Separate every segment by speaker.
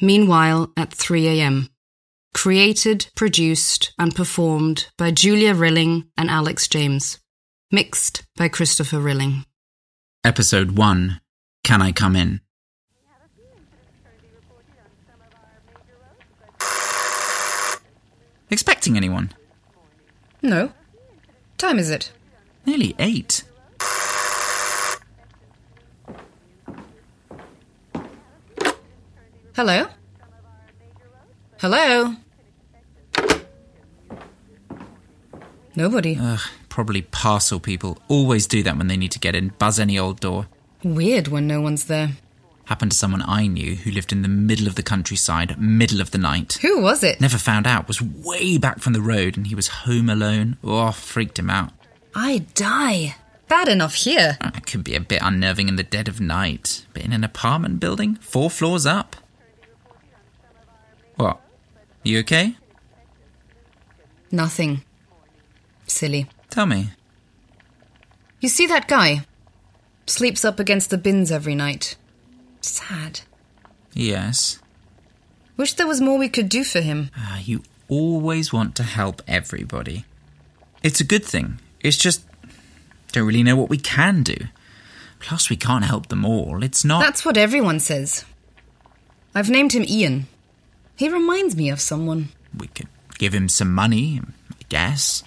Speaker 1: Meanwhile, at 3am. Created, produced, and performed by Julia Rilling and Alex James. Mixed by Christopher Rilling.
Speaker 2: Episode 1 Can I Come In? Expecting anyone?
Speaker 1: No. Time is it?
Speaker 2: Nearly eight.
Speaker 1: Hello? Hello? Nobody.
Speaker 2: Ugh, probably parcel people. Always do that when they need to get in. Buzz any old door.
Speaker 1: Weird when no one's there.
Speaker 2: Happened to someone I knew who lived in the middle of the countryside, middle of the night.
Speaker 1: Who was it?
Speaker 2: Never found out, was way back from the road and he was home alone. Oh, freaked him out.
Speaker 1: I die. Bad enough here.
Speaker 2: Uh, It could be a bit unnerving in the dead of night, but in an apartment building, four floors up. What? You okay?
Speaker 1: Nothing. Silly.
Speaker 2: Tell me.
Speaker 1: You see that guy? Sleeps up against the bins every night. Sad.
Speaker 2: Yes.
Speaker 1: Wish there was more we could do for him.
Speaker 2: Ah, you always want to help everybody. It's a good thing. It's just don't really know what we can do. Plus, we can't help them all. It's not.
Speaker 1: That's what everyone says. I've named him Ian. He reminds me of someone.
Speaker 2: We could give him some money, I guess.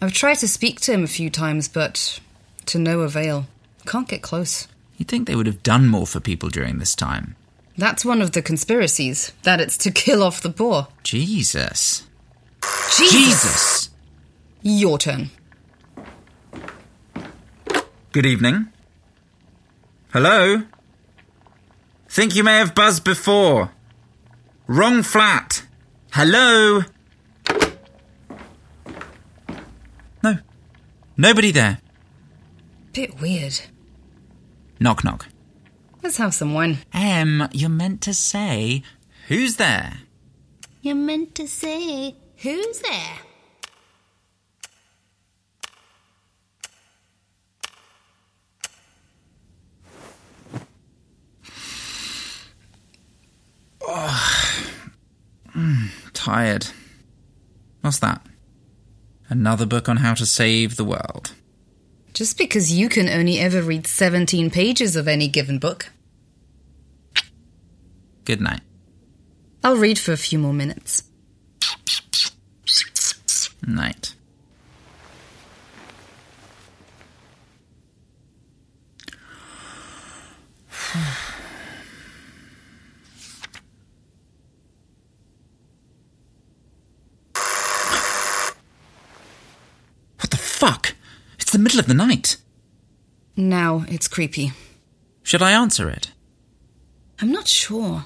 Speaker 1: I've tried to speak to him a few times, but to no avail. Can't get close.
Speaker 2: You'd think they would have done more for people during this time.
Speaker 1: That's one of the conspiracies that it's to kill off the poor.
Speaker 2: Jesus.
Speaker 1: Jesus!
Speaker 2: Jesus!
Speaker 1: Your turn.
Speaker 2: Good evening. Hello? Think you may have buzzed before. Wrong flat. Hello? No. Nobody there.
Speaker 1: Bit weird.
Speaker 2: Knock knock.
Speaker 1: Let's have some wine.
Speaker 2: Em, you're meant to say, who's there?
Speaker 3: You're meant to say, who's there?
Speaker 2: Tired. What's that? Another book on how to save the world.
Speaker 1: Just because you can only ever read 17 pages of any given book,
Speaker 2: Good night.
Speaker 1: I'll read for a few more minutes.
Speaker 2: Night. What the fuck? It's the middle of the night.
Speaker 1: Now it's creepy.
Speaker 2: Should I answer it?
Speaker 1: I'm not sure.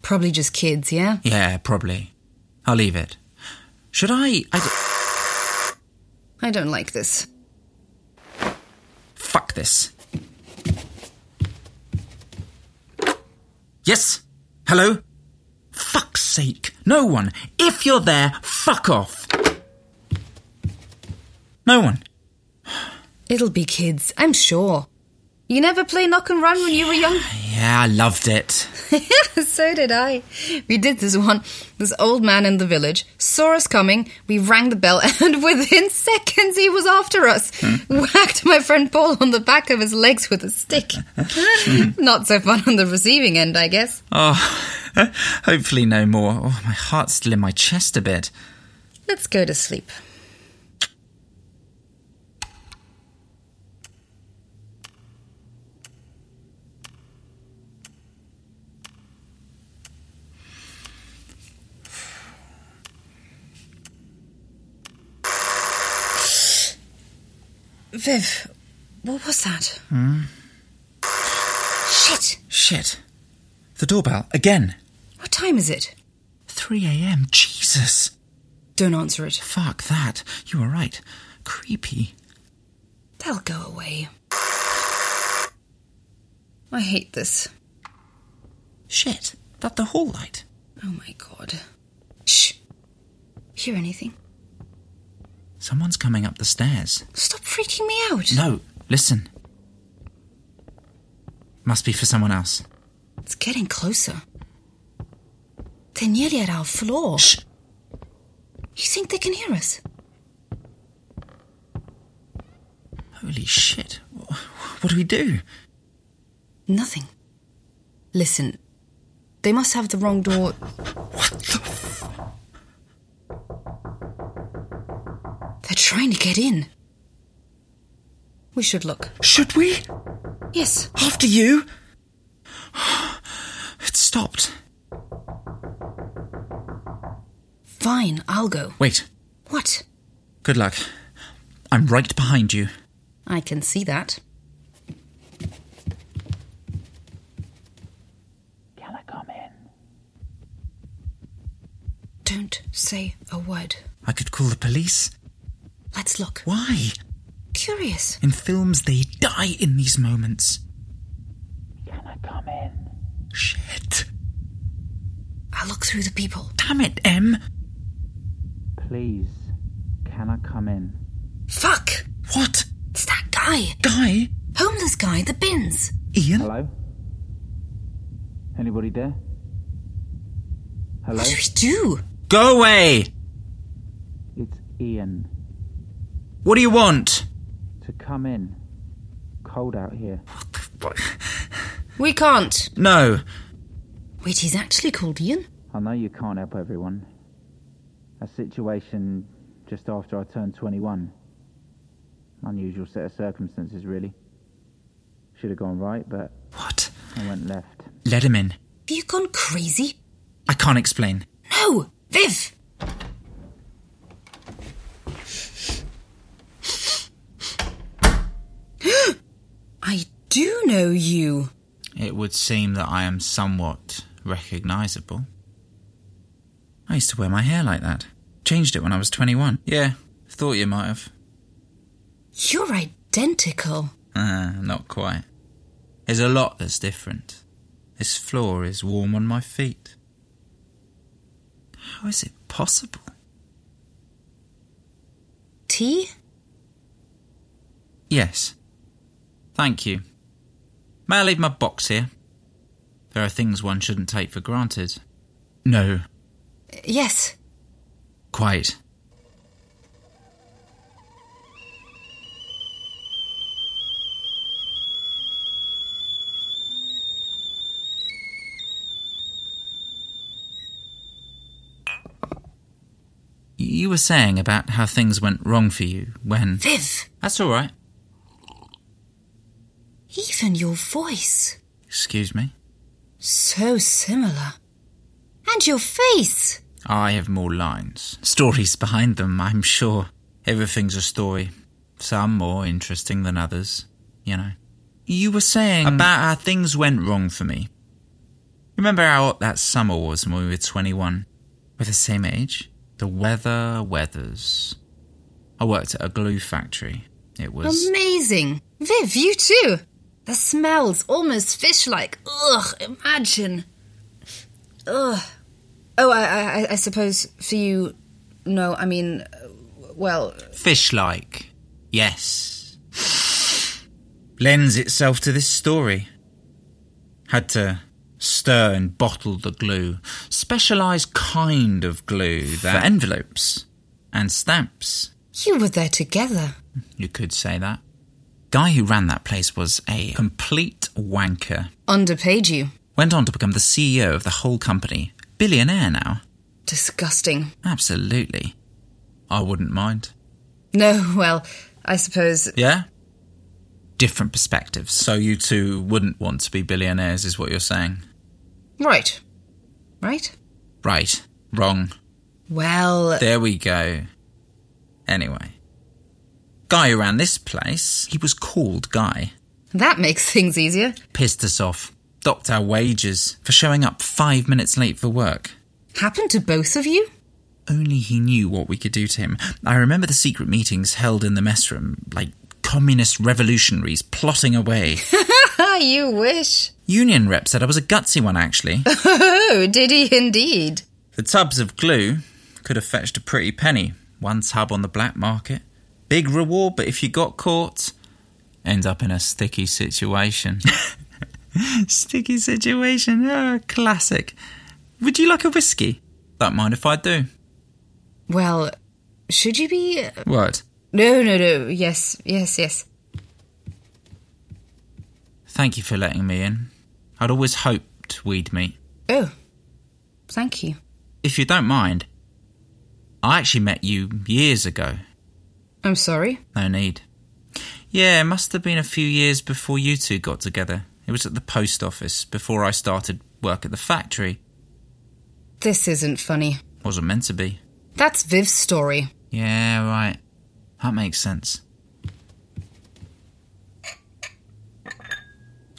Speaker 1: Probably just kids, yeah?
Speaker 2: Yeah, probably. I'll leave it. Should I? I d-
Speaker 1: I don't like this.
Speaker 2: fuck this. Yes. Hello. Fuck's sake. No one. If you're there, fuck off. No one.
Speaker 1: It'll be kids, I'm sure. You never play knock and run when you were young?
Speaker 2: Yeah, I loved it.
Speaker 1: so did I. We did this one. This old man in the village saw us coming. We rang the bell, and within seconds, he was after us. Whacked my friend Paul on the back of his legs with a stick. Not so fun on the receiving end, I guess.
Speaker 2: Oh, hopefully no more. Oh, my heart's still in my chest a bit.
Speaker 1: Let's go to sleep. Viv, what was that? Shit!
Speaker 2: Shit. The doorbell again.
Speaker 1: What time is it?
Speaker 2: 3 a.m. Jesus.
Speaker 1: Don't answer it.
Speaker 2: Fuck that. You were right. Creepy.
Speaker 1: They'll go away. I hate this.
Speaker 2: Shit. That the hall light.
Speaker 1: Oh my god. Shh. Hear anything?
Speaker 2: Someone's coming up the stairs.
Speaker 1: Stop freaking me out.
Speaker 2: No, listen. Must be for someone else.
Speaker 1: It's getting closer. They're nearly at our floor.
Speaker 2: Shh.
Speaker 1: You think they can hear us?
Speaker 2: Holy shit. Wh- What do we do?
Speaker 1: Nothing. Listen, they must have the wrong door. They're trying to get in. We should look.
Speaker 2: Should we?
Speaker 1: Yes,
Speaker 2: After you? It stopped.
Speaker 1: fine, I'll go.
Speaker 2: Wait.
Speaker 1: What?
Speaker 2: Good luck. I'm right behind you.
Speaker 1: I can see that.
Speaker 2: Can I come in?
Speaker 1: Don't say a word.
Speaker 2: I could call the police.
Speaker 1: Let's look.
Speaker 2: Why?
Speaker 1: Curious.
Speaker 2: In films, they die in these moments. Can I come in? Shit.
Speaker 1: I'll look through the people.
Speaker 2: Damn it, Em. Please, can I come in?
Speaker 1: Fuck!
Speaker 2: What?
Speaker 1: It's that guy.
Speaker 2: Guy?
Speaker 1: Homeless guy, the bins.
Speaker 2: Ian?
Speaker 4: Hello? Anybody there? Hello?
Speaker 1: What do we do?
Speaker 2: Go away!
Speaker 4: It's Ian.
Speaker 2: What do you want?
Speaker 4: To come in. Cold out here.
Speaker 2: What the fuck?
Speaker 1: We can't.
Speaker 2: No.
Speaker 1: Wait, he's actually called Ian?
Speaker 4: I know you can't help everyone. A situation just after I turned 21. Unusual set of circumstances, really. Should have gone right, but
Speaker 2: What?
Speaker 4: I went left.
Speaker 2: Let him in.
Speaker 1: Have you gone crazy?
Speaker 2: I can't explain.
Speaker 1: No! Oh, Viv! I do know you.
Speaker 2: It would seem that I am somewhat recognizable. I used to wear my hair like that. Changed it when I was 21. Yeah, thought you might have.
Speaker 1: You're identical.
Speaker 2: Uh, not quite. There's a lot that's different. This floor is warm on my feet. How is it possible?
Speaker 1: Tea?
Speaker 2: Yes. Thank you. May I leave my box here? There are things one shouldn't take for granted. No,
Speaker 1: Yes.
Speaker 2: quite. You were saying about how things went wrong for you when.
Speaker 1: Viv,
Speaker 2: That's all right.
Speaker 1: even your voice.
Speaker 2: Excuse me.
Speaker 1: So similar. And your face.
Speaker 2: I have more lines. Stories behind them, I'm sure. Everything's a story. Some more interesting than others, you know. You were saying about how things went wrong for me. Remember how hot that summer was when we were 21? We're the same age. The weather weathers. I worked at a glue factory. It was.
Speaker 1: Amazing. Viv, you too. The smells almost fish like. Ugh, imagine. Ugh. Oh, I, I, I- I suppose for you. No, I mean, uh, well,
Speaker 2: Fish like. Yes. Lends itself to this story. Had to stir and bottle the glue. Specialised kind of glue that. For envelopes and stamps.
Speaker 1: you were there together.
Speaker 2: You could say that. Guy who ran that place was a complete wanker.
Speaker 1: Underpaid you.
Speaker 2: Went on to become the CEO of the whole company. Billionaire now.
Speaker 1: Disgusting.
Speaker 2: Absolutely. I wouldn't mind.
Speaker 1: No, well, I suppose.
Speaker 2: Yeah? Different perspectives. So you two wouldn't want to be billionaires, is what you're saying.
Speaker 1: Right. Right?
Speaker 2: Right. Wrong.
Speaker 1: Well,
Speaker 2: There we go. Anyway. Guy who ran this place, he was called Guy.
Speaker 1: that makes things easier.
Speaker 2: Pissed us off. Docked our wages for showing up five minutes late for work.
Speaker 1: Happened to both of you?
Speaker 2: Only he knew what we could do to him. I remember the secret meetings held in the mess room, like communist revolutionaries plotting away.
Speaker 1: Ah, you wish.
Speaker 2: Union rep said I was a gutsy one, actually.
Speaker 1: Oh, did he indeed?
Speaker 2: The tubs of glue could have fetched a pretty penny. One tub on the black market. Big reward, but if you got caught, end up in a sticky situation. sticky situation, oh, classic. Would you like a whiskey? Don't mind if I do.
Speaker 1: Well, should you be.
Speaker 2: What?
Speaker 1: No, no, no. Yes, yes, yes.
Speaker 2: Thank you for letting me in. I'd always hoped we'd meet.
Speaker 1: Oh, thank you.
Speaker 2: If you don't mind, I actually met you years ago.
Speaker 1: I'm sorry.
Speaker 2: No need. Yeah, it must have been a few years before you two got together. It was at the post office before I started work at the factory.
Speaker 1: This isn't funny.
Speaker 2: Wasn't meant to be.
Speaker 1: That's Viv's story.
Speaker 2: Yeah, right. That makes sense.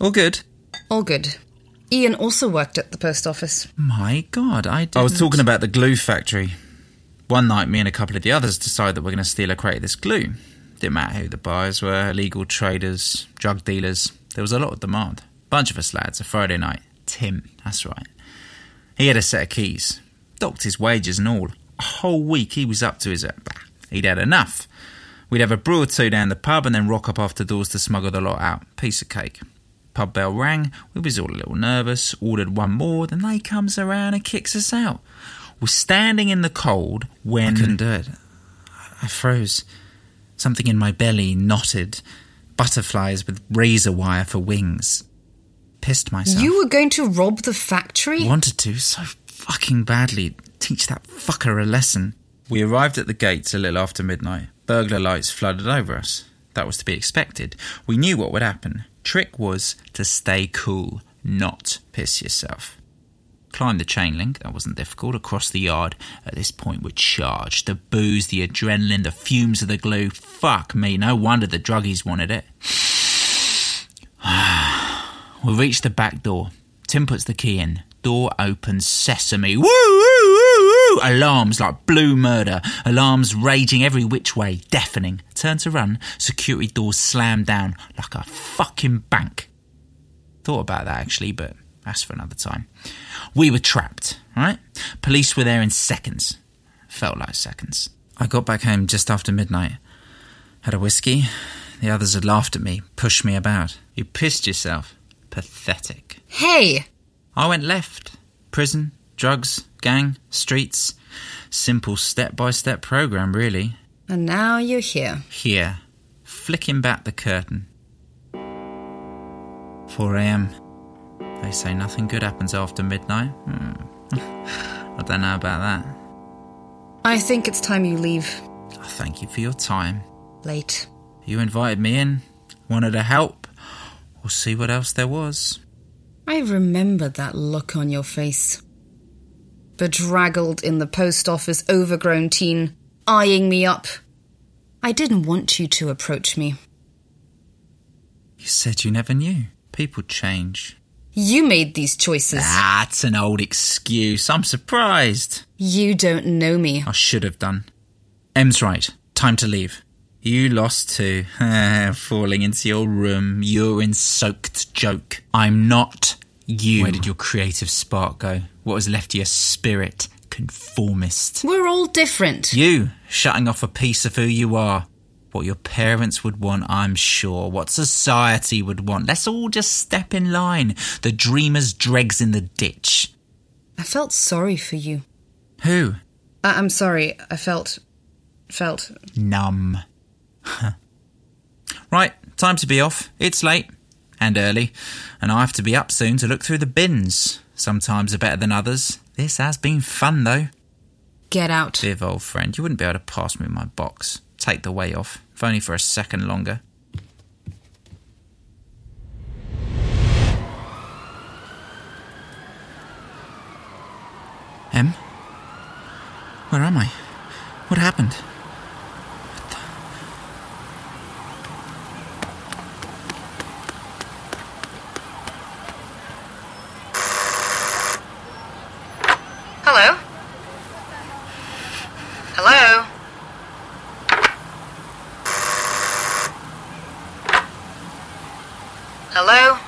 Speaker 2: All good.
Speaker 1: All good. Ian also worked at the post office.
Speaker 2: My God, I did. I was talking about the glue factory. One night, me and a couple of the others decide that we're going to steal a crate of this glue. Didn't matter who the buyers were illegal traders, drug dealers. There was a lot of demand. Bunch of us lads, a Friday night. Tim, that's right. He had a set of keys, docked his wages and all. A whole week he was up to his. He'd had enough. We'd have a brew or two down the pub and then rock up after doors to smuggle the lot out. Piece of cake. Pub bell rang. We was all a little nervous. Ordered one more. Then they comes around and kicks us out. We're standing in the cold when I couldn't do it. I froze. Something in my belly knotted. Butterflies with razor wire for wings. Pissed myself.
Speaker 1: You were going to rob the factory?
Speaker 2: Wanted to so fucking badly. Teach that fucker a lesson. We arrived at the gates a little after midnight. Burglar lights flooded over us. That was to be expected. We knew what would happen. Trick was to stay cool, not piss yourself. Climb the chain link, that wasn't difficult, across the yard. At this point, we're charged. The booze, the adrenaline, the fumes of the glue. Fuck me, no wonder the druggies wanted it. We reach the back door. Tim puts the key in. Door opens sesame. Woo, woo, woo, woo! Alarms like blue murder. Alarms raging every which way, deafening. Turn to run. Security doors slam down like a fucking bank. Thought about that actually, but that's for another time. We were trapped, right? Police were there in seconds. Felt like seconds. I got back home just after midnight. Had a whiskey. The others had laughed at me, pushed me about. You pissed yourself. Pathetic.
Speaker 1: Hey!
Speaker 2: I went left. Prison, drugs, gang, streets. Simple step by step program, really.
Speaker 1: And now you're here.
Speaker 2: Here, flicking back the curtain. 4 am. They say nothing good happens after midnight. Hmm. I don't know about that.
Speaker 1: I think it's time you leave.
Speaker 2: I thank you for your time.
Speaker 1: Late.
Speaker 2: You invited me in, wanted to help. We'll see what else there was.
Speaker 1: I remember that look on your face. Bedraggled in the post office, overgrown teen, eyeing me up. I didn't want you to approach me.
Speaker 2: You said you never knew. People change.
Speaker 1: You made these choices.
Speaker 2: That's an old excuse. I'm surprised.
Speaker 1: You don't know me.
Speaker 2: I should have done. Em's right. Time to leave. You lost too. Falling into your room, urine soaked joke. I'm not you. Where did your creative spark go? What was left of your spirit? Conformist.
Speaker 1: We're all different.
Speaker 2: You, shutting off a piece of who you are. What your parents would want, I'm sure. What society would want. Let's all just step in line. The dreamer's dregs in the ditch.
Speaker 1: I felt sorry for you.
Speaker 2: Who?
Speaker 1: I- I'm sorry. I felt. felt.
Speaker 2: numb. right, time to be off. It's late and early, and I have to be up soon to look through the bins. Sometimes are better than others. This has been fun though.
Speaker 1: Get out.
Speaker 2: Viv, old friend, you wouldn't be able to pass me my box. Take the weight off, if only for a second longer. Em? Where am I? What happened?
Speaker 1: Hello? Hello? Hello?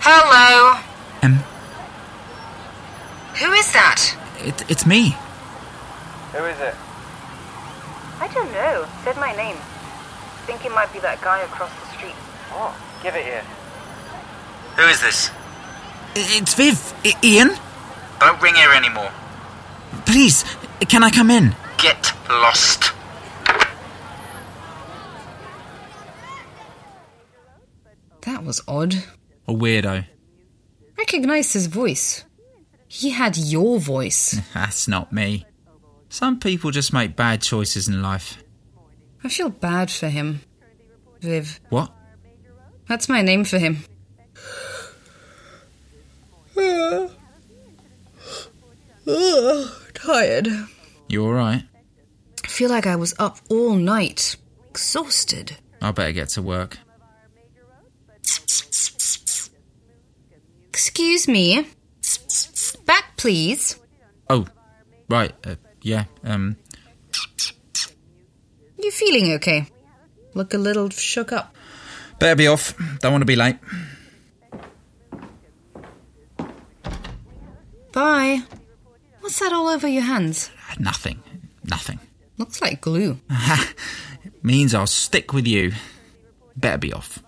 Speaker 1: Hello?
Speaker 2: Em?
Speaker 1: Who is that?
Speaker 2: It, it's me.
Speaker 4: Who is it?
Speaker 5: I don't know. Said my name. Think it might be that guy across the street.
Speaker 4: What? Give it here.
Speaker 2: Who is this? It's Viv. I- Ian?
Speaker 6: Don't ring here anymore.
Speaker 2: Please, can I come in?
Speaker 6: Get lost.
Speaker 1: That was odd.
Speaker 2: A weirdo.
Speaker 1: Recognized his voice. He had your voice.
Speaker 2: That's not me. Some people just make bad choices in life.
Speaker 1: I feel bad for him. Viv.
Speaker 2: What?
Speaker 1: That's my name for him. Tired.
Speaker 2: You alright?
Speaker 1: I feel like I was up all night. Exhausted.
Speaker 2: I better get to work.
Speaker 1: Excuse me. Back, please.
Speaker 2: Oh, right. Uh, yeah. Um,
Speaker 1: You feeling okay? Look a little shook up.
Speaker 2: better be off. Don't want to be late.
Speaker 1: Bye. What's that all over your hands?
Speaker 2: Nothing. Nothing.
Speaker 1: Looks like glue.
Speaker 2: Means I'll stick with you. Better be off.